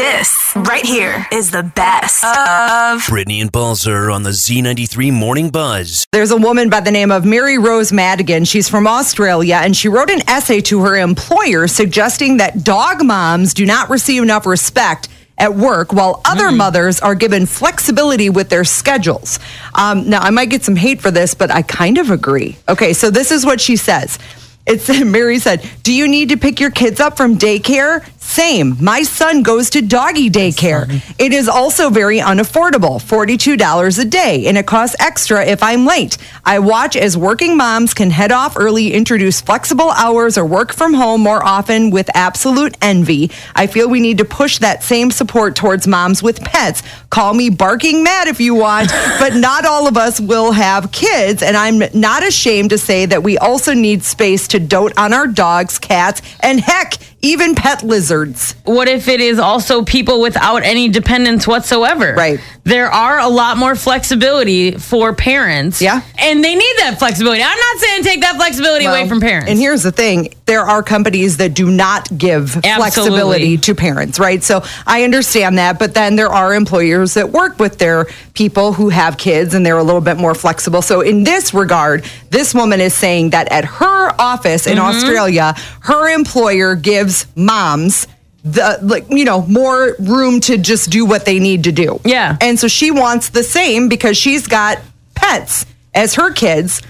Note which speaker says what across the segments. Speaker 1: This right here is the best of
Speaker 2: Brittany and Balzer on the Z93 Morning Buzz.
Speaker 3: There's a woman by the name of Mary Rose Madigan. She's from Australia, and she wrote an essay to her employer suggesting that dog moms do not receive enough respect at work while other mothers are given flexibility with their schedules. Um, now, I might get some hate for this, but I kind of agree. Okay, so this is what she says. It's Mary said, Do you need to pick your kids up from daycare? Same. My son goes to doggy daycare. It is also very unaffordable $42 a day, and it costs extra if I'm late. I watch as working moms can head off early, introduce flexible hours, or work from home more often with absolute envy. I feel we need to push that same support towards moms with pets. Call me barking mad if you want, but not all of us will have kids. And I'm not ashamed to say that we also need space to dote on our dogs, cats, and heck, even pet lizards.
Speaker 4: What if it is also people without any dependents whatsoever?
Speaker 3: Right.
Speaker 4: There are a lot more flexibility for parents.
Speaker 3: Yeah.
Speaker 4: And they need that flexibility. I'm not saying take that flexibility away
Speaker 3: Well,
Speaker 4: from parents.
Speaker 3: And here's the thing there are companies that do not give flexibility
Speaker 4: Absolutely.
Speaker 3: to parents, right? So I understand that. But then there are employers that work with their people who have kids and they're a little bit more flexible. So in this regard, this woman is saying that at her office in
Speaker 4: Mm-hmm.
Speaker 3: Australia, her employer gives moms. The like you know more room to just do what they need to do.
Speaker 4: Yeah.
Speaker 3: And so she wants the same because she's got pets as her kids.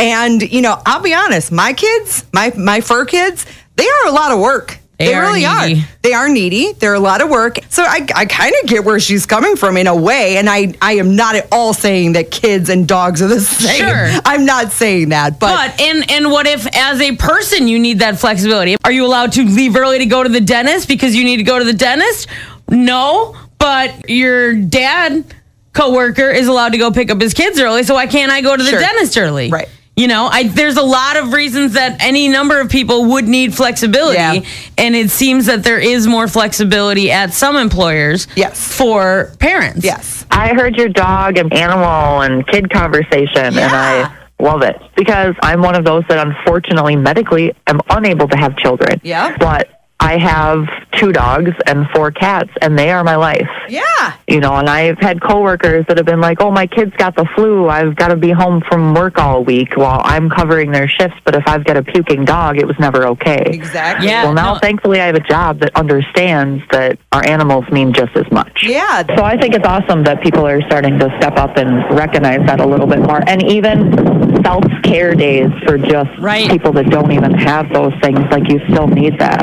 Speaker 3: And, you know, I'll be honest, my kids, my my fur kids, they are a lot of work.
Speaker 4: They are
Speaker 3: really
Speaker 4: needy.
Speaker 3: are. They are needy. They're a lot of work. So I, I kind of get where she's coming from in a way. And I, I am not at all saying that kids and dogs are the same.
Speaker 4: Sure.
Speaker 3: I'm not saying that. But,
Speaker 4: But and and what if as a person you need that flexibility? Are you allowed to leave early to go to the dentist because you need to go to the dentist? No, but your dad coworker is allowed to go pick up his kids early, so why can't I go to the
Speaker 3: Sure.
Speaker 4: dentist early?
Speaker 3: Right.
Speaker 4: You know, I there's a lot of reasons that any number of people would need flexibility
Speaker 3: Yeah.
Speaker 4: and it seems that there is more flexibility at some employers
Speaker 3: Yes.
Speaker 4: for parents.
Speaker 3: yes.
Speaker 5: I heard your dog and animal and kid conversation, and I love it because I'm one of those that unfortunately medically am unable to have children.
Speaker 3: Yeah.
Speaker 5: But I have two dogs and four cats, and they are my life.
Speaker 3: Yeah.
Speaker 5: You know, and I've had coworkers that have been like, "Oh, my kid's got the flu. I've got to be home from work all week while I'm covering their shifts." But if I've got a puking dog, it was never okay.
Speaker 3: Exactly.
Speaker 4: Yeah.
Speaker 5: Well, now
Speaker 4: no.
Speaker 5: thankfully I have a job that understands that our animals mean just as much.
Speaker 3: Yeah.
Speaker 5: So I think it's awesome that people are starting to step up and recognize that a little bit more, and even self care days for just
Speaker 4: Right.
Speaker 5: people that don't even have those things. Like you still need that.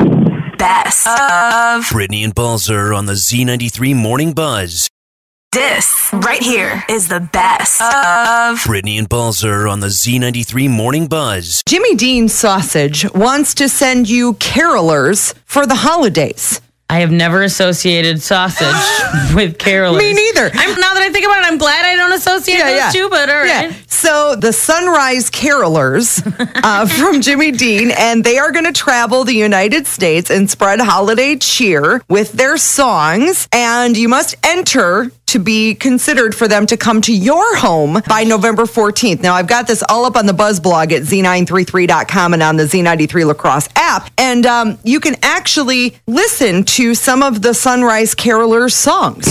Speaker 1: best of
Speaker 2: Brittany and Balzer on the Z93 Morning Buzz.
Speaker 1: this right here is the best of
Speaker 2: Brittany and Balzer on the Z93 Morning Buzz.
Speaker 3: Jimmy Dean Sausage wants to send you carolers for the holidays.
Speaker 4: I have never associated sausage with carolers.
Speaker 3: Me neither.
Speaker 4: I'm, now that I think about it, I'm glad I don't associate those two, but all
Speaker 3: Yeah.
Speaker 4: right.
Speaker 3: So the Sunrise Carolers uh, from Jimmy Dean, and they are going to travel the United States and spread holiday cheer with their songs. And you must enter to be considered for them to come to your home by November 14th. Now, I've got this all up on the Buzz blog at z933.com and on the Z93 Lacrosse app. And um, you can actually listen to some of the Sunrise Carolers songs.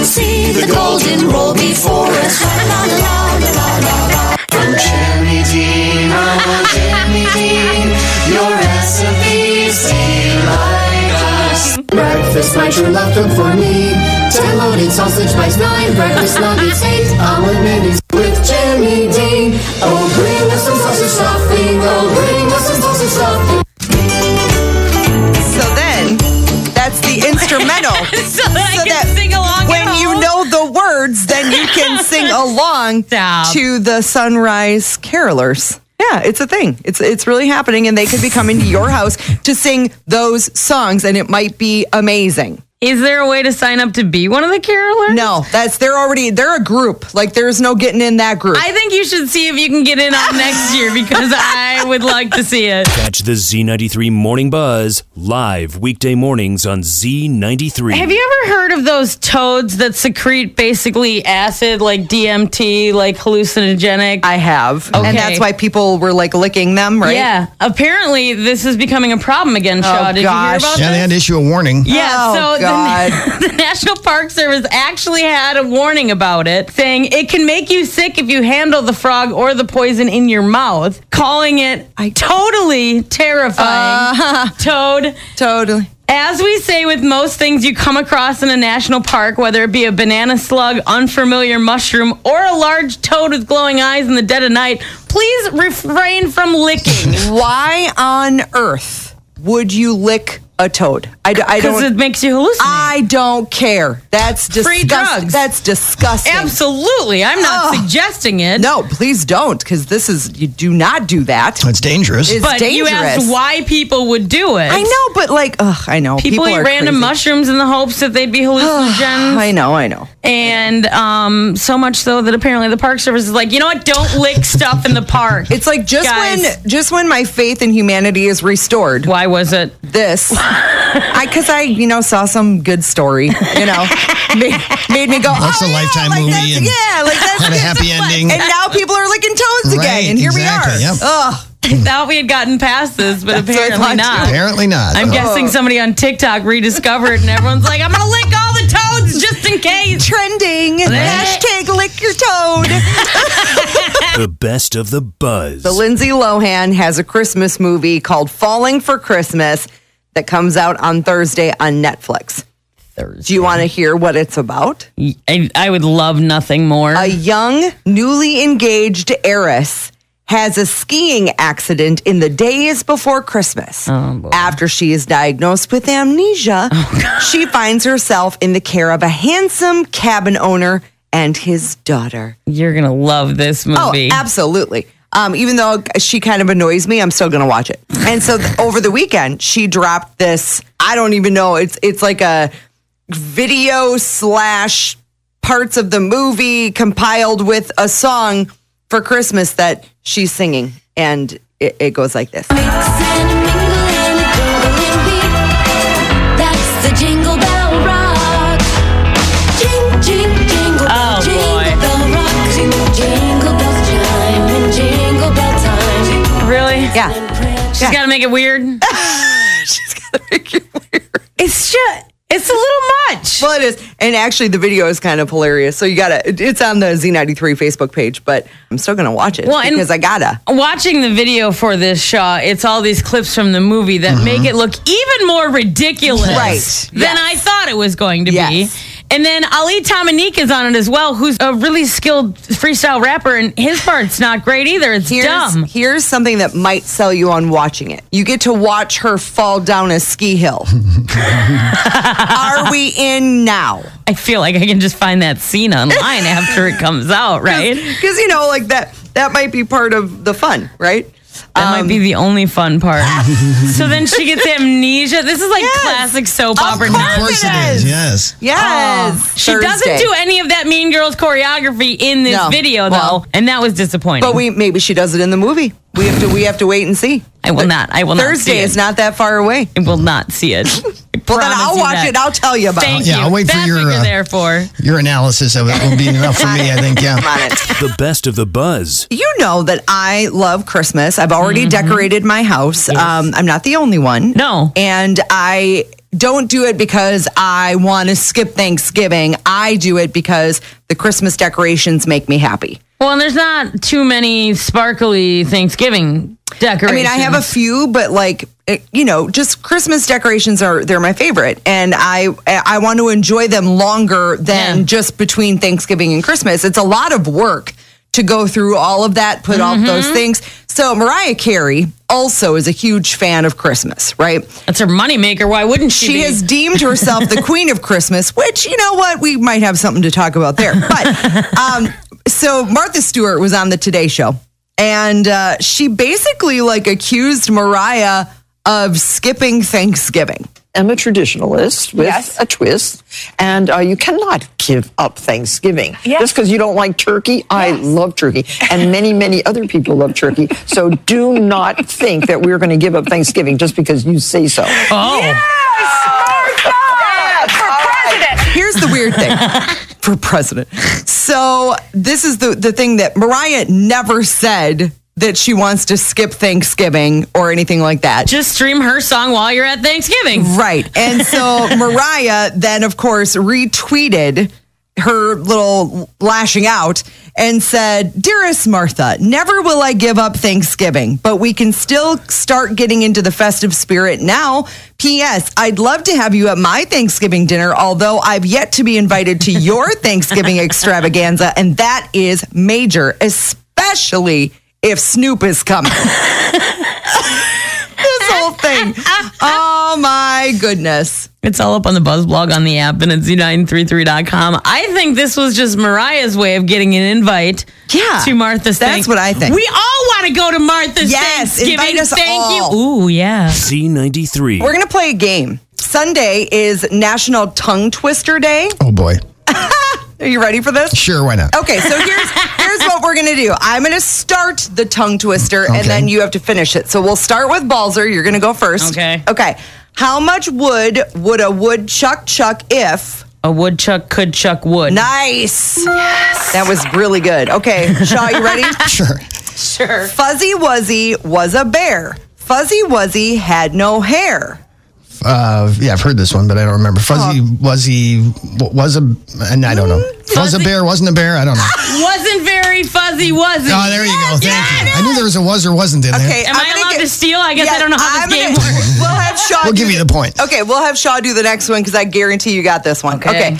Speaker 6: See the golden roll before us. La, la, la, la, la, la, la. From Jimmy Dean, oh Jimmy Dean, your recipes delight us. Breakfast, my true love, cook for me. Ten loaded sausage bites, nine breakfast nuggets, eight our minis with Jimmy Dean. Oh, bring us some sausage stuffing. Oh, bring us some sausage stuffing.
Speaker 3: So then, that's the instrumental.
Speaker 4: So that I can sing along at
Speaker 3: When you
Speaker 4: home.
Speaker 3: know the words, then you can sing along
Speaker 4: Stop.
Speaker 3: to the Sunrise Carolers. Yeah, it's a thing. It's it's really happening, and they could be coming to your house to sing those songs, and it might be amazing.
Speaker 4: Is there a way to sign up to be one of the carolers?
Speaker 3: No, that's they're already they're a group. Like there's no getting in that group.
Speaker 4: I think you should see if you can get in on next year because I would like to see it.
Speaker 2: Catch the Z93 Morning Buzz live weekday mornings on Z93.
Speaker 4: Have you ever heard of those toads that secrete basically acid like DMT, like hallucinogenic?
Speaker 3: I have,
Speaker 4: Okay.
Speaker 3: and that's why people were like licking them, right?
Speaker 4: Yeah. Apparently, this is becoming a problem again, Shaw. Did
Speaker 3: Oh, gosh.
Speaker 4: you hear about
Speaker 7: Yeah, they
Speaker 4: this?
Speaker 7: had to issue a warning.
Speaker 4: Yeah,
Speaker 3: Oh,
Speaker 4: so
Speaker 3: God.
Speaker 4: The, the National Park Service actually had a warning about it, saying it can make you sick if you handle the frog or the poison in your mouth, calling it totally terrifying.
Speaker 3: Uh-huh.
Speaker 4: Toad.
Speaker 3: totally.
Speaker 4: As we say with most things you come across in a national park, whether it be a banana slug, unfamiliar mushroom, or a large toad with glowing eyes in the dead of night, please refrain from licking
Speaker 3: Why on earth would you lick a toad? I, d- I
Speaker 4: because it
Speaker 3: don't.
Speaker 4: makes you hallucinate.
Speaker 3: I don't care. That's
Speaker 4: Free
Speaker 3: disgusting.
Speaker 4: drugs.
Speaker 3: That's disgusting.
Speaker 4: Absolutely. I'm not
Speaker 3: Ugh.
Speaker 4: suggesting it.
Speaker 3: No, please don't, because this is you do not do that.
Speaker 7: That's dangerous.
Speaker 3: It's
Speaker 4: but
Speaker 3: dangerous.
Speaker 4: you asked why people would do it.
Speaker 3: I know, but like, ugh, I know.
Speaker 4: People, eat
Speaker 3: are
Speaker 4: random
Speaker 3: crazy.
Speaker 4: mushrooms in the hopes that they'd be hallucinogens.
Speaker 3: I know, I know.
Speaker 4: and um, so much so that apparently the Park Service is like, you know what? Don't lick stuff in the park.
Speaker 3: It's like just
Speaker 4: Guys.
Speaker 3: when just when my faith in humanity is restored,
Speaker 4: why was it?
Speaker 3: this I cuz I, you know, saw some good story, you know. made, made me go,
Speaker 7: That's
Speaker 3: "Oh,
Speaker 7: a
Speaker 3: yeah,
Speaker 7: Lifetime
Speaker 3: like
Speaker 7: movie
Speaker 3: that's-
Speaker 7: and
Speaker 3: yeah, like that's
Speaker 7: had a
Speaker 3: good."
Speaker 7: happy ending.
Speaker 3: And now people are licking toads
Speaker 7: Right,
Speaker 3: again, and here
Speaker 7: exactly,
Speaker 3: we are.
Speaker 7: yep.
Speaker 3: Ugh.
Speaker 4: I thought we had gotten past this, but
Speaker 3: what I
Speaker 4: apparently
Speaker 3: thought,
Speaker 4: not.
Speaker 7: Apparently not.
Speaker 4: I'm
Speaker 7: Oh.
Speaker 4: guessing somebody on TikTok rediscovered, and everyone's like, I'm gonna lick all the toads just in case.
Speaker 3: Trending. Hashtag lick your toad.
Speaker 2: the best of the buzz.
Speaker 3: The Lindsay Lohan has a Christmas movie called Falling for Christmas that comes out on Thursday on Netflix. Do you want to hear what it's about?
Speaker 4: I, I would love nothing more.
Speaker 3: A young, newly engaged heiress has a skiing accident in the days before Christmas. After she is diagnosed with amnesia, she finds herself in the care of a handsome cabin owner and his daughter.
Speaker 4: You're gonna love this movie.
Speaker 3: Oh, absolutely. Um, even though she kind of annoys me, I'm still going to watch it. And so th- over the weekend, she dropped this. I don't even know. It's it's like a video slash parts of the movie compiled with a song for Christmas that she's singing, and it, it goes like this.
Speaker 6: That's the Jingle bell rock. Jing, jing, jingle bell,
Speaker 4: Oh, boy.
Speaker 6: jingle bell rock. Jingle bells chime in jingle bell time.
Speaker 4: really?
Speaker 3: Yeah,
Speaker 4: She's gotta make it weird. She's gotta make it weird. It's just, it's a little much.
Speaker 3: well, it is. And actually, the video is kind of hilarious. So you gotta. it- It's on the Z93 Facebook page, but I'm still gonna watch it
Speaker 4: Well, and-
Speaker 3: because I gotta.
Speaker 4: Watching the video for this, Shaw, it's all these clips from the movie that make it look even more ridiculous
Speaker 3: Right.
Speaker 4: than
Speaker 3: Mm-hmm. Yes.
Speaker 4: I thought it was going to
Speaker 3: Yes.
Speaker 4: be. And then Ali Tamanik is on it as well, who's a really skilled freestyle rapper, and his part's not great either. It's
Speaker 3: Here's,
Speaker 4: dumb.
Speaker 3: here's something that might sell you on watching it. You get to watch her fall down a ski hill. Are we in now?
Speaker 4: I feel like I can just find that scene online after it comes out, right? That
Speaker 3: Because you know, like that that might be part of the fun, right?
Speaker 4: might be
Speaker 3: um,
Speaker 4: the only fun part. so then she gets amnesia. This is like
Speaker 3: Yes.
Speaker 4: classic soap
Speaker 3: Of
Speaker 4: opera
Speaker 3: course
Speaker 7: Of
Speaker 4: nonsense.
Speaker 7: course
Speaker 3: It
Speaker 7: it is.
Speaker 3: is.
Speaker 7: Yes.
Speaker 3: Yes.
Speaker 4: She doesn't do any of that Mean Girls choreography in this
Speaker 3: No.
Speaker 4: video, though,
Speaker 3: Well-
Speaker 4: and that was disappointing.
Speaker 3: But we maybe she does it in the movie. We have to we have to wait and see.
Speaker 4: I will not. I will not
Speaker 3: Thursday
Speaker 4: see it.
Speaker 3: is not that far away.
Speaker 4: I will not see it.
Speaker 3: Well, then I'll watch it. I'll tell you about
Speaker 4: Thank
Speaker 3: it.
Speaker 7: Yeah,
Speaker 4: you.
Speaker 7: I'll wait for
Speaker 4: That's
Speaker 7: your,
Speaker 4: what you're
Speaker 7: uh,
Speaker 4: there for.
Speaker 7: Your analysis of it will be enough for me, I think. Yeah.
Speaker 3: On it.
Speaker 2: The best of the buzz.
Speaker 3: You know that I love Christmas. I've already decorated my house. Um, I'm not the only one.
Speaker 4: No.
Speaker 3: And I don't do it because I want to skip Thanksgiving. I do it because the Christmas decorations make me happy.
Speaker 4: Well, and there's not too many sparkly Thanksgiving
Speaker 3: I
Speaker 4: decorations.
Speaker 3: mean, I have a few, but like it- you know, just Christmas decorations are they're my favorite, and I I want to enjoy them longer than
Speaker 4: Yeah.
Speaker 3: just between Thanksgiving and Christmas. It's a lot of work to go through all of that, put all of those
Speaker 4: Mm-hmm.
Speaker 3: things. So Mariah Carey also is a huge fan of Christmas, right?
Speaker 4: That's her moneymaker. Why wouldn't she?
Speaker 3: She
Speaker 4: be?
Speaker 3: has deemed herself the queen of Christmas, which you know what we might have something to talk about there. But um, so Martha Stewart was on the Today Show, and uh, she basically like accused Mariah of skipping Thanksgiving.
Speaker 8: am a traditionalist with a twist, and uh, you cannot give up Thanksgiving just because you don't like turkey. I love turkey, and many, many other people love turkey. So do not think that we're going to give up Thanksgiving just because you say so.
Speaker 4: Oh.
Speaker 3: Here's the weird thing for president. So this is the the thing that Mariah never said that she wants to skip Thanksgiving or anything like that.
Speaker 4: Just stream her song while you're at Thanksgiving.
Speaker 3: Right. And so Mariah then, of course, retweeted her little lashing out and said, Dearest Martha, never will I give up Thanksgiving, but we can still start getting into the festive spirit now. P.S. I'd love to have you at my Thanksgiving dinner, although I've yet to be invited to your Thanksgiving extravaganza, and that is major, especially if Snoop is coming this whole thing. Oh my goodness.
Speaker 4: It's all up on the Buzz blog on the app and at z933.com. I think this was just Mariah's way of getting an invite
Speaker 3: Yeah,
Speaker 4: to Martha's
Speaker 3: that's
Speaker 4: Thank-
Speaker 3: what I think.
Speaker 4: We all want to go to Martha's
Speaker 3: Yes,
Speaker 4: Thanksgiving.
Speaker 3: invite us
Speaker 4: Thank
Speaker 3: all.
Speaker 4: you. Ooh, yeah.
Speaker 2: Z93.
Speaker 3: We're going to play a game. Sunday is National Tongue Twister Day.
Speaker 7: Oh boy.
Speaker 3: Are you ready for this?
Speaker 7: Sure, why not?
Speaker 3: Okay, so here's here's what we're gonna do. I'm gonna start the tongue twister,
Speaker 7: Okay.
Speaker 3: and then you have to finish it. So we'll start with Balzer. You're gonna go first.
Speaker 4: Okay.
Speaker 3: Okay. How much wood would a woodchuck chuck if?
Speaker 4: A woodchuck could chuck wood.
Speaker 3: Nice. Yes. That was really good. Okay, Shaw, you ready?
Speaker 7: Sure.
Speaker 3: Fuzzy Wuzzy was a bear. Fuzzy Wuzzy had no hair.
Speaker 7: Uh, yeah, I've heard this one, but I don't remember. Fuzzy
Speaker 3: Oh.
Speaker 7: Wuzzy w- was a, and I don't know.
Speaker 3: Mm,
Speaker 7: Was a
Speaker 4: Fuzzy-
Speaker 7: bear, wasn't a bear? I don't know.
Speaker 4: Wasn't very fuzzy, was it?
Speaker 7: Oh, there you go. Thank
Speaker 4: Yeah,
Speaker 7: you. I knew there was a was or wasn't in
Speaker 3: Okay,
Speaker 7: there.
Speaker 4: Am I
Speaker 3: gonna
Speaker 4: allowed
Speaker 3: get-
Speaker 4: to steal? I guess I
Speaker 3: Yes,
Speaker 4: don't know how
Speaker 3: I'm
Speaker 4: this game
Speaker 3: gonna-
Speaker 4: works.
Speaker 3: We'll have Shaw.
Speaker 7: We'll
Speaker 3: do
Speaker 7: give you the point.
Speaker 3: Okay, we'll have Shaw do the next one because I guarantee you got this one.
Speaker 4: Okay.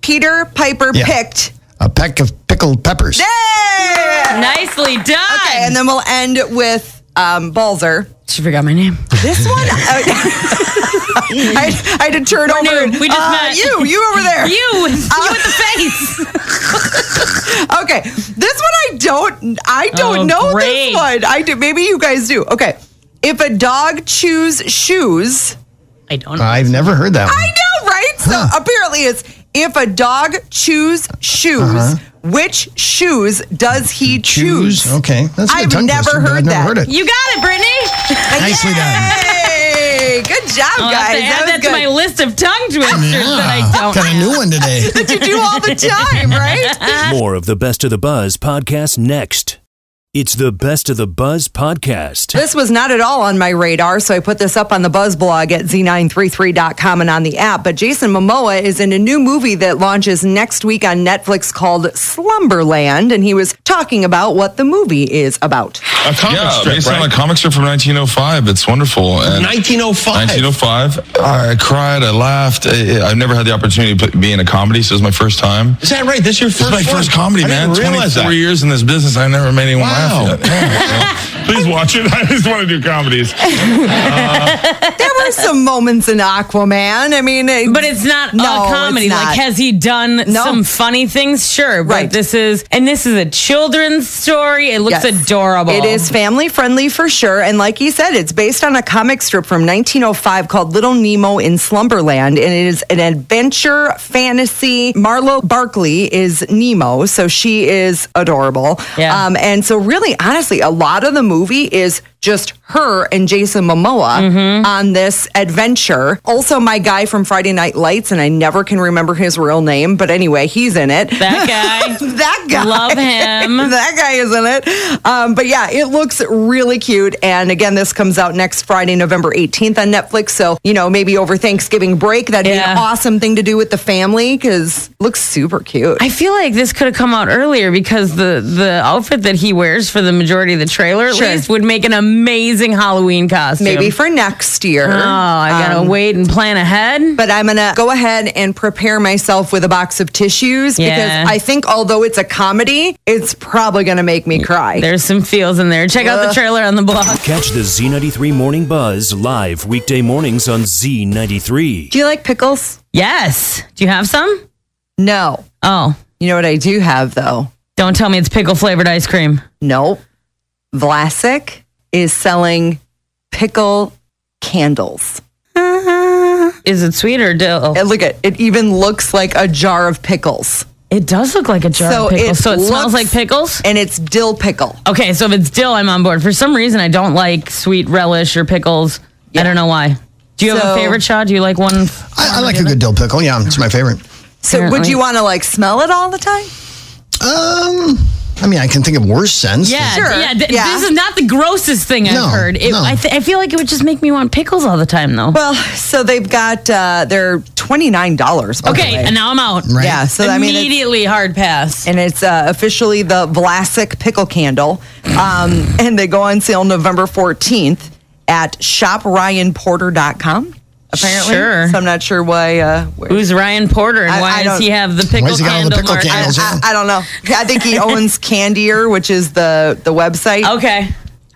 Speaker 3: Peter Piper
Speaker 7: Yeah.
Speaker 3: picked.
Speaker 7: A peck of pickled peppers.
Speaker 3: Yay!
Speaker 4: Nicely done.
Speaker 3: Okay, and then we'll end with um, Balzer.
Speaker 4: she forgot my name.
Speaker 3: This one, I, I, I had to turn over.
Speaker 4: uh, new.
Speaker 3: and,
Speaker 4: We just
Speaker 3: uh,
Speaker 4: met.
Speaker 3: You, you over there.
Speaker 4: You, you with
Speaker 3: Uh,
Speaker 4: the face.
Speaker 3: Okay, this one I don't, I don't
Speaker 4: Oh,
Speaker 3: know
Speaker 4: great.
Speaker 3: this one. I do. Maybe you guys do. Okay, if a dog chews shoes,
Speaker 4: I don't know.
Speaker 7: I've never heard that one.
Speaker 3: I know, right? So apparently, it's if a dog chews shoes,
Speaker 7: Uh-huh.
Speaker 3: which shoes does he choose?
Speaker 7: Okay. That's a good
Speaker 3: I've
Speaker 7: tongue
Speaker 3: never
Speaker 7: twister, but
Speaker 3: heard
Speaker 7: I've never
Speaker 3: that.
Speaker 7: heard it.
Speaker 4: you got it, Brittany.
Speaker 7: Nicely done.
Speaker 3: Hey, good job,
Speaker 4: I'll have
Speaker 3: guys.
Speaker 4: to add
Speaker 3: was
Speaker 4: that to
Speaker 3: good.
Speaker 4: my list of tongue twisters that I don't
Speaker 7: Ah, Got a new one today.
Speaker 3: you do all the time, right?
Speaker 2: More of the Best of the Buzz podcast next. It's the Best of the Buzz podcast.
Speaker 3: This was not at all on my radar, so I put this up on the Buzz blog at z933.com and on the app. But Jason Momoa is in a new movie that launches next week on Netflix called Slumberland, and he was talking about what the movie is about.
Speaker 9: A comic
Speaker 10: yeah,
Speaker 9: strip,
Speaker 10: based on
Speaker 9: right?
Speaker 10: a comic strip from 1905. It's wonderful. And
Speaker 9: 1905.
Speaker 10: 1905. I cried. I laughed. I, I- I've never had the opportunity to put- be in a comedy, so it was my first time.
Speaker 9: Is that right? This is your
Speaker 10: This
Speaker 9: first
Speaker 10: is my
Speaker 9: one?
Speaker 10: first comedy,
Speaker 9: I
Speaker 10: man.
Speaker 9: didn't realize
Speaker 10: 24
Speaker 9: that.
Speaker 10: years in this business. I never made anyone
Speaker 9: Wow.
Speaker 10: laugh yet. Yeah,
Speaker 9: Please watch it. I just want to do comedies.
Speaker 3: There were some moments in Aquaman. I mean, it-
Speaker 4: But it's not
Speaker 3: No,
Speaker 4: a
Speaker 3: it's
Speaker 4: comedy.
Speaker 3: not.
Speaker 4: Like, has he done
Speaker 3: No.
Speaker 4: some funny things? Sure. But
Speaker 3: Right.
Speaker 4: this is, and this is a children's story. It
Speaker 3: Yes.
Speaker 4: looks adorable.
Speaker 3: It is family friendly for sure. And like he said, it's based on a comic strip from 1905 called Little Nemo in Slumberland. And it is an adventure fantasy. Marlo Barkley is Nemo. So she is adorable.
Speaker 4: Yeah.
Speaker 3: Um, and so, really, honestly, a lot of the movie is just her and Jason Momoa
Speaker 4: Mm-hmm.
Speaker 3: on this adventure. Also, my guy from Friday Night Lights, and I never can remember his real name, but anyway, he's in it.
Speaker 4: That guy.
Speaker 3: that guy.
Speaker 4: Love him.
Speaker 3: that guy is in it. Um, but yeah, it looks really cute. And again, this comes out next Friday, November 18th on Netflix. So, you know, maybe over Thanksgiving break, that'd be an
Speaker 4: Yeah.
Speaker 3: awesome thing to do with the family because looks super cute.
Speaker 4: I feel like this could have come out earlier because the the outfit that he wears for the majority of the trailer, at
Speaker 3: Sure.
Speaker 4: least, would make an amazing Halloween costume.
Speaker 3: Maybe for next year.
Speaker 4: Oh, I gotta
Speaker 3: Um,
Speaker 4: wait and plan ahead.
Speaker 3: But I'm going to go ahead and prepare myself with a box of tissues
Speaker 4: Yeah.
Speaker 3: because I think, although it's a comedy, it's probably going to make me cry.
Speaker 4: There's some feels in there. Check out the trailer on the blog.
Speaker 2: Catch the Z93 Morning Buzz live weekday mornings on Z93.
Speaker 3: do you like pickles?
Speaker 4: Yes. Do you have some?
Speaker 3: No.
Speaker 4: Oh,
Speaker 3: You know what I do have, though?
Speaker 4: don't tell me it's pickle flavored ice cream.
Speaker 3: Nope. Vlasic is selling pickle candles.
Speaker 4: Is it sweet or dill?
Speaker 3: And look at it even looks like a jar of pickles.
Speaker 4: It does look like a jar of pickles. So it smells like pickles?
Speaker 3: And it's dill pickle.
Speaker 4: Okay, so if it's dill, I'm on board. For some reason, I don't like sweet relish or pickles. I don't know why. Do you have
Speaker 3: So-
Speaker 4: a favorite, Shaw? Do you like one?
Speaker 7: I, I like a good dill pickle. Yeah, it's my
Speaker 4: Mm-hmm.
Speaker 7: favorite.
Speaker 3: So would
Speaker 4: Apparently.
Speaker 3: you want to like smell it all the time?
Speaker 7: Um, I mean, I can think of worse scents.
Speaker 4: Yeah,
Speaker 3: Sure,
Speaker 4: yeah, th-
Speaker 3: yeah.
Speaker 4: This is not the grossest thing I've
Speaker 7: No,
Speaker 4: heard. It,
Speaker 7: no.
Speaker 4: I, th- I feel like it would just make me want pickles all the time, though.
Speaker 3: Well, so they've got uh, they're twenty nine dollars.
Speaker 4: okay, and now I'm out.
Speaker 7: Right.
Speaker 3: yeah. So I mean, it's,
Speaker 4: immediately hard pass.
Speaker 3: and it's uh, officially the Vlasic pickle candle, um, and they go on sale November fourteenth at shopryanporter.com. Apparently,
Speaker 4: Sure.
Speaker 3: So I'm not sure why. Uh, where-
Speaker 4: Who's Ryan Porter, and
Speaker 3: I-
Speaker 4: why
Speaker 3: I
Speaker 4: does
Speaker 3: don't-
Speaker 4: he have the pickle
Speaker 7: Why's he got all the
Speaker 4: candle?
Speaker 7: pickle
Speaker 4: mark?
Speaker 7: candles?
Speaker 3: I, I don't know. I think he owns Candier, which is the the website.
Speaker 4: okay.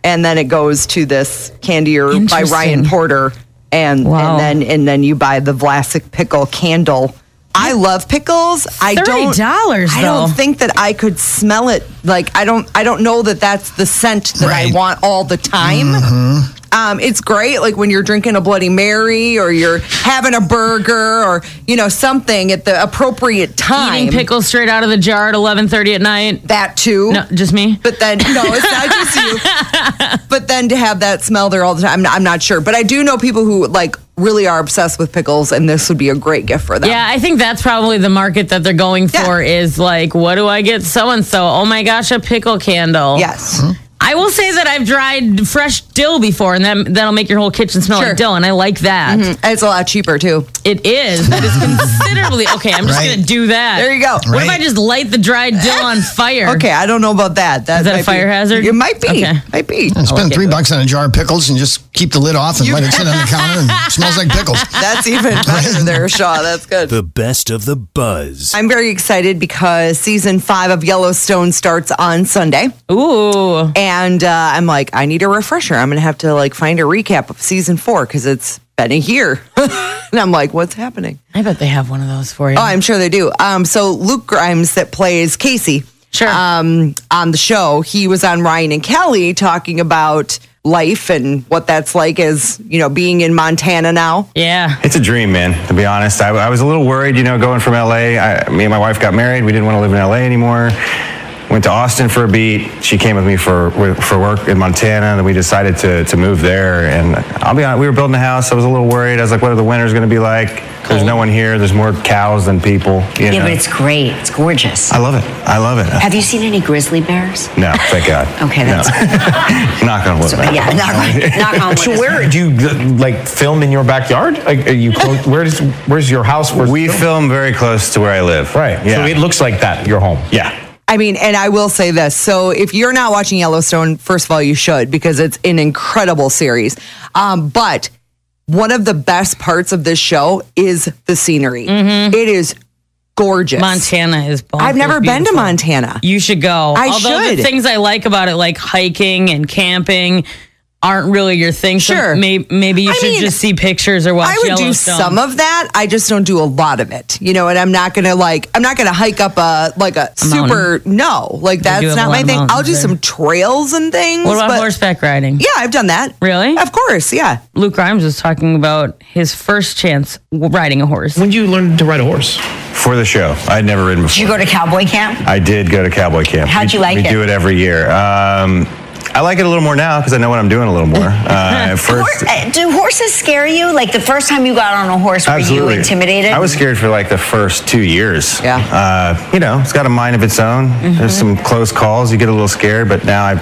Speaker 3: and then it goes to this candier by Ryan
Speaker 4: Interesting.
Speaker 3: Porter, and
Speaker 4: Wow.
Speaker 3: and then and then you buy the Vlasic pickle candle. I love pickles. I don't.
Speaker 4: $30
Speaker 3: I don't
Speaker 4: though.
Speaker 3: think that I could smell it. Like I don't. I don't know that that's the scent that I
Speaker 7: Right.
Speaker 3: want all the time.
Speaker 4: Mm-hmm.
Speaker 3: Um, it's great, like when you're drinking a Bloody Mary or you're having a burger or you know something at the appropriate time.
Speaker 4: Eating pickles straight out of the jar at 11:30 at night.
Speaker 3: That too.
Speaker 4: No, just me.
Speaker 3: But then no, it's not just you. But then to have that smell there all the time, I'm, I'm not sure. But I do know people who like really are obsessed with pickles, and this would be a great gift for them.
Speaker 4: Yeah, I think that's probably the market that they're going
Speaker 3: Yeah.
Speaker 4: for is like, what do I get so and so? Oh my gosh, a pickle candle.
Speaker 3: Yes.
Speaker 4: I will say that I've dried fresh dill before, and that, that'll make your whole kitchen smell
Speaker 3: Sure. Mm-hmm.
Speaker 4: like dill, and I like that.
Speaker 3: And It's a lot cheaper too.
Speaker 4: It is, but it's considerably. Okay, I'm just
Speaker 7: Right.
Speaker 4: going to do that.
Speaker 3: There you go.
Speaker 4: What if
Speaker 7: Right.
Speaker 4: I just light the dried dill on fire?
Speaker 3: Okay, I don't know about that.
Speaker 4: Is that a
Speaker 3: might be-
Speaker 4: fire hazard?
Speaker 3: It might be.
Speaker 4: Okay.
Speaker 3: Might be.
Speaker 7: And spend three bucks on a jar of pickles and just keep the lid off and let it sit on the counter and it smells like pickles.
Speaker 3: That's even better there, Shaw. That's good.
Speaker 2: The best of the buzz.
Speaker 3: I'm very excited because season five of Yellowstone starts on Sunday.
Speaker 4: Ooh.
Speaker 3: and uh, I'm like, I need a refresher. I'm gonna have to like find a recap of season four because it's been a year, and I'm like, what's happening?
Speaker 4: I bet they have one of those for you.
Speaker 3: Oh, I'm sure they do. Um, so Luke Grimes that plays Casey,
Speaker 4: Sure.
Speaker 3: um, on the show, he was on Ryan and Kelly talking about life and what that's like as you know being in Montana now.
Speaker 4: yeah.
Speaker 11: It's a dream, man, to be honest. I, I was a little worried, you know, going from LA. I, me and my wife got married. We didn't want to live in LA anymore. Went to Austin for a beat. She came with me for with- for work in Montana, and we decided to, to move there. And I'll be honest, we were building a house. I was a little worried. I was like, what are the winters going to be like? There's no one here. There's more cows than people. You know?
Speaker 6: but it's great. It's gorgeous.
Speaker 11: I love it. I love it.
Speaker 6: Have you seen any grizzly bears?
Speaker 11: No, thank God.
Speaker 6: Okay, that's
Speaker 11: no. knock on wood. man.
Speaker 6: Yeah, knock, knock on wood.
Speaker 12: So where did you like film in your backyard? Like, are you close, where's where's your house? Where's
Speaker 11: We film very close to where I live.
Speaker 12: right.
Speaker 11: Yeah.
Speaker 12: So it looks like that your home.
Speaker 11: yeah.
Speaker 3: I mean, and I will say this. So, if you're not watching Yellowstone, first of all, you should because it's an incredible series. Um, but one of the best parts of this show is the scenery. It is gorgeous.
Speaker 4: Mm-hmm. Montana is bonkers
Speaker 3: I've never been to
Speaker 4: beautiful.
Speaker 3: Montana.
Speaker 4: You should go.
Speaker 3: I
Speaker 4: Although
Speaker 3: should.
Speaker 4: the things I like about it, like hiking and camping, aren't really your thing. So
Speaker 3: Sure.
Speaker 4: may- maybe you
Speaker 3: I
Speaker 4: should
Speaker 3: mean,
Speaker 4: just see pictures or watch
Speaker 3: I would do
Speaker 4: Yellowstone.
Speaker 3: some of that. I just don't do a lot of it, you know. And I'm not gonna like, I'm not gonna hike up a like a super no, like
Speaker 4: do
Speaker 3: that's
Speaker 4: have a
Speaker 3: not
Speaker 4: lot
Speaker 3: my
Speaker 4: of
Speaker 3: thing. I'll
Speaker 4: mountains
Speaker 3: do
Speaker 4: there.
Speaker 3: some trails and things.
Speaker 4: What about
Speaker 3: but-
Speaker 4: horseback riding?
Speaker 3: Yeah, I've done that.
Speaker 4: Really?
Speaker 3: Of course. Yeah.
Speaker 4: Luke Grimes was talking about his first chance w- riding a horse.
Speaker 12: When did you learn to ride a horse?
Speaker 11: For the show. I'd never ridden before.
Speaker 6: Did you go to cowboy camp?
Speaker 11: I did go to cowboy camp.
Speaker 6: How'd
Speaker 11: We-
Speaker 6: you like
Speaker 11: we
Speaker 6: it?
Speaker 11: do it every year. Um, I like it a little more now because I know what I'm doing a little more. Uh, at first,
Speaker 6: Hor- uh, do horses scare you? Like the first time you got on a horse, were
Speaker 11: absolutely
Speaker 6: you intimidated?
Speaker 11: I was scared for like the first two years.
Speaker 3: Yeah.
Speaker 11: Uh, you know, it's got a mind of its own. There's some close calls. You get a little scared, but now I,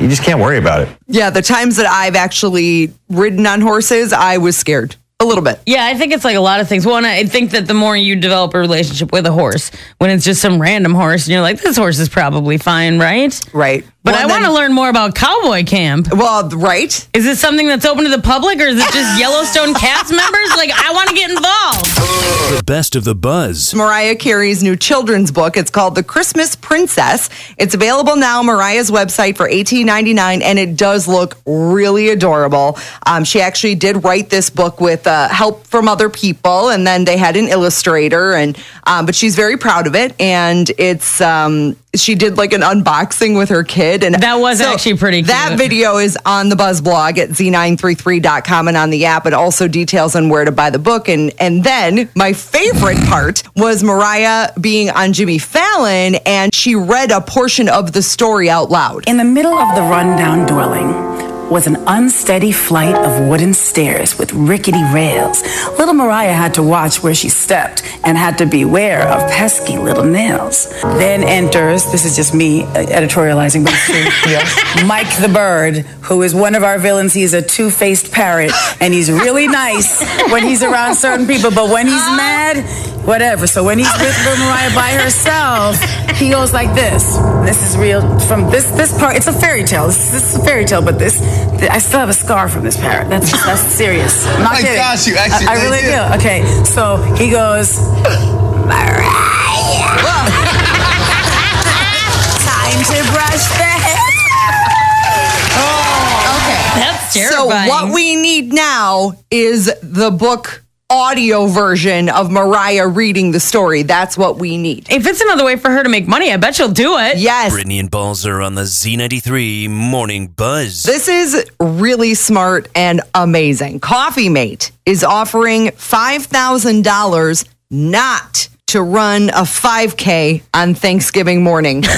Speaker 11: you just can't worry about it.
Speaker 3: Yeah, the times that I've actually ridden on horses, I was scared a little bit.
Speaker 4: Yeah, I think it's like a lot of things. One, I think that the more you develop a relationship with a horse, when it's just some random horse, and you're like, this horse is probably fine, right?
Speaker 3: Right.
Speaker 4: But
Speaker 3: Well,
Speaker 4: I want to
Speaker 3: then-
Speaker 4: learn more about cowboy camp.
Speaker 3: Well, right?
Speaker 4: Is it something that's open to the public, or is it just Yellowstone cast members? Like, I want to get involved.
Speaker 2: The best of the buzz.
Speaker 3: Mariah Carey's new children's book. It's called The Christmas Princess. It's available now on Mariah's website for $18.99, and it does look really adorable. Um, she actually did write this book with uh, help from other people, and then they had an illustrator, and um, but she's very proud of it, and it's um, she did like an unboxing with her kid and that was actually pretty cute. that video is on the buzz blog at z933.com and on the app and also details on where to buy the book and and then my favorite part was mariah being on jimmy fallon and she read a portion of the story out loud
Speaker 13: In the middle of the rundown dwelling was an unsteady flight of wooden stairs with rickety rails. Little Mariah had to watch where she stepped and had to beware of pesky little nails. Then enters, this is just me uh, editorializing, but it's true. Mike the Bird, who is one of our villains. He's a two faced parrot, and he's really nice when he's around certain people, but when he's mad, whatever. So when he's with Little Mariah by herself, he goes like this. This is real from this this part. It's a fairy tale. This, this is a fairy tale, but this th- I still have a scar from this parrot. That's that's serious. I'm not
Speaker 6: My
Speaker 13: kidding.
Speaker 6: gosh, you actually
Speaker 13: I, I
Speaker 6: did
Speaker 13: really
Speaker 6: it.
Speaker 13: do. Okay, so he goes. Time to brush the hair.
Speaker 4: That's
Speaker 3: Oh. So what we need now is the book audio version of Mariah reading the story. That's what we need.
Speaker 4: If it's another way for her to make money, I bet she'll do it.
Speaker 3: Yes.
Speaker 2: Brittany and Balls are on the Z93 Morning Buzz.
Speaker 3: This is really smart and amazing. Coffee Mate is offering $5,000 not to run a 5K on Thanksgiving morning.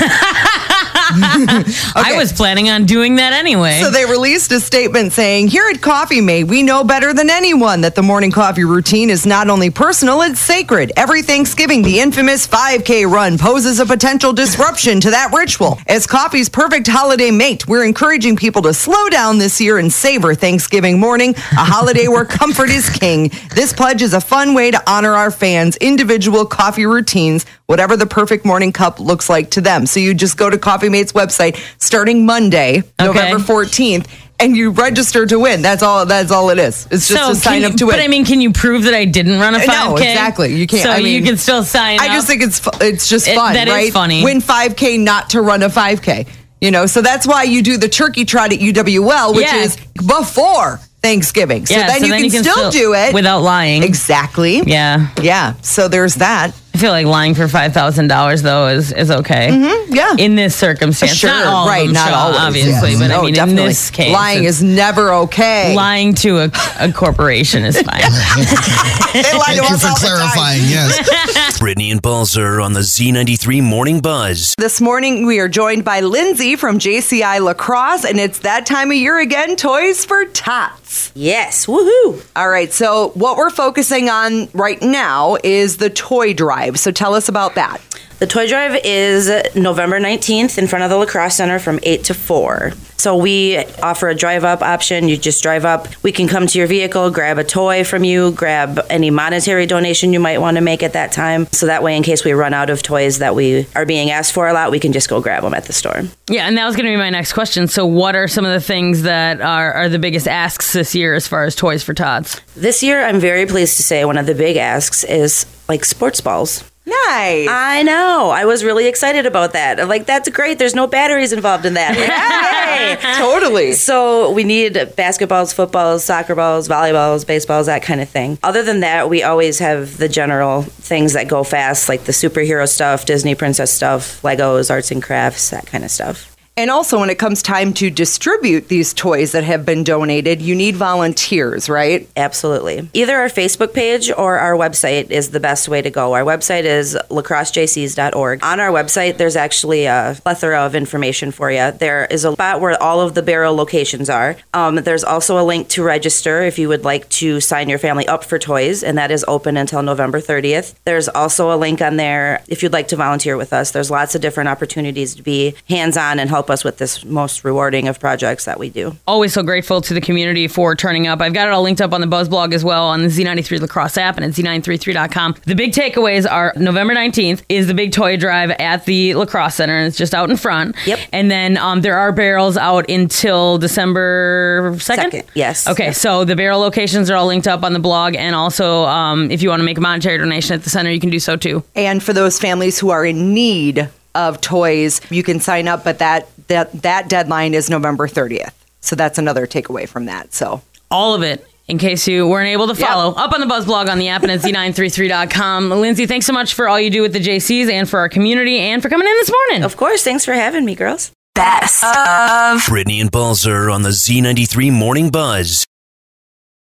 Speaker 4: I was planning on doing that anyway.
Speaker 3: So they released a statement saying, Here at Coffee Mate, we know better than anyone that the morning coffee routine is not only personal, it's sacred. Every Thanksgiving, the infamous 5K run poses a potential disruption to that ritual. As coffee's perfect holiday mate, we're encouraging people to slow down this year and savor Thanksgiving morning, a holiday where comfort is king. This pledge is a fun way to honor our fans' individual coffee routines, whatever the perfect morning cup looks like to them. So you just go to Coffee Mate's website starting Monday, November 14th, and you register to win. That's all that's all it is. It's just
Speaker 4: So
Speaker 3: a sign
Speaker 4: can-
Speaker 3: up to
Speaker 4: But
Speaker 3: win.
Speaker 4: I mean, can you prove that I didn't run a 5K?
Speaker 3: no, exactly. You can't.
Speaker 4: So
Speaker 3: I mean,
Speaker 4: you can still sign
Speaker 3: I just
Speaker 4: up?
Speaker 3: think it's fu- it's just
Speaker 4: It-
Speaker 3: fun,
Speaker 4: that is
Speaker 3: right?
Speaker 4: funny.
Speaker 3: Win 5K, not to run a 5K. You know, so that's why you do the turkey trot at UWL, which
Speaker 4: Yeah.
Speaker 3: is before Thanksgiving. So
Speaker 4: Yeah,
Speaker 3: then
Speaker 4: so
Speaker 3: you
Speaker 4: then
Speaker 3: can
Speaker 4: you can
Speaker 3: still, do
Speaker 4: still-
Speaker 3: it
Speaker 4: without lying.
Speaker 3: Exactly.
Speaker 4: Yeah.
Speaker 3: Yeah. So there's that.
Speaker 4: I feel like lying for five thousand dollars though is is okay.
Speaker 3: Yeah.
Speaker 4: In this circumstance,
Speaker 3: Mm-hmm. Sure,
Speaker 4: not all of
Speaker 3: right,
Speaker 4: them,
Speaker 3: not
Speaker 4: Shaw,
Speaker 3: always,
Speaker 4: obviously,
Speaker 3: yes.
Speaker 4: but
Speaker 3: No,
Speaker 4: I mean,
Speaker 3: definitely.
Speaker 4: in this case,
Speaker 3: Lying
Speaker 4: it's-
Speaker 3: is never okay.
Speaker 4: Lying to a, a corporation is fine.
Speaker 3: they lie
Speaker 7: Thank you for clarifying. Yes.
Speaker 2: Brittany and Balls are on the Z93 Morning Buzz.
Speaker 3: This morning, we are joined by Lindsay from JCI Lacrosse, and it's that time of year again Toys for Tots.
Speaker 14: Yes, woohoo!
Speaker 3: All right, so what we're focusing on right now is the toy drive. So tell us about that.
Speaker 14: The toy drive is November 19th in front of the Lacrosse Center from 8 to 4. So we offer a drive up option. You just drive up. We can come to your vehicle, grab a toy from you, grab any monetary donation you might want to make at that time. So that way, in case we run out of toys that we are being asked for a lot, we can just go grab them at the store.
Speaker 4: yeah, and that was going to be my next question. So, what are some of the things that are are the biggest asks this year as far as toys for tots?
Speaker 14: This year, I'm very pleased to say one of the big asks is like sports balls.
Speaker 3: Nice.
Speaker 14: I know. I was really excited about that. I'm like, that's great. There's no batteries involved in that.
Speaker 3: totally.
Speaker 14: So we need basketballs, footballs, soccer balls, volleyballs, baseballs, that kind of thing. Other than that, we always have the general things that go fast, like the superhero stuff, Disney princess stuff, Legos, arts and crafts, that kind of stuff.
Speaker 3: And also, when it comes time to distribute these toys that have been donated, you need volunteers, right?
Speaker 14: Absolutely. Either our Facebook page or our website is the best way to go. Our website is lacrossejcs.org. On our website, there's actually a plethora of information for you. There is a spot where all of the barrel locations are. Um, there's also a link to register if you would like to sign your family up for toys, and that is open until November 30th. There's also a link on there if you'd like to volunteer with us. There's lots of different opportunities to be hands on and help us with this most rewarding of projects that we do.
Speaker 4: Always so grateful to the community for turning up. I've got it all linked up on the Buzz blog as well on the Z93 Lacrosse app and at z933.com. The big takeaways are November 19th is the big toy drive at the Lacrosse Center, and it's just out in front. Yep. And then um, there are barrels out until December 2nd.
Speaker 14: Yes.
Speaker 4: Okay, so the barrel locations are all linked up on the blog, and also um, if you want to make a monetary donation at the center, you can do so too.
Speaker 3: And for those families who are in need of toys, you can sign up, but that that that deadline is November 30th. So that's another takeaway from that. So
Speaker 4: All of it in case you weren't able to follow. Up on the Buzz blog on the app and at z933.com. Lindsay, thanks so much for all you do with the JCs and for our community and for coming in this morning. Of
Speaker 14: course. Thanks for having me, girls.
Speaker 1: Best of.
Speaker 2: Brittany and Balzer on the Z93 Morning Buzz.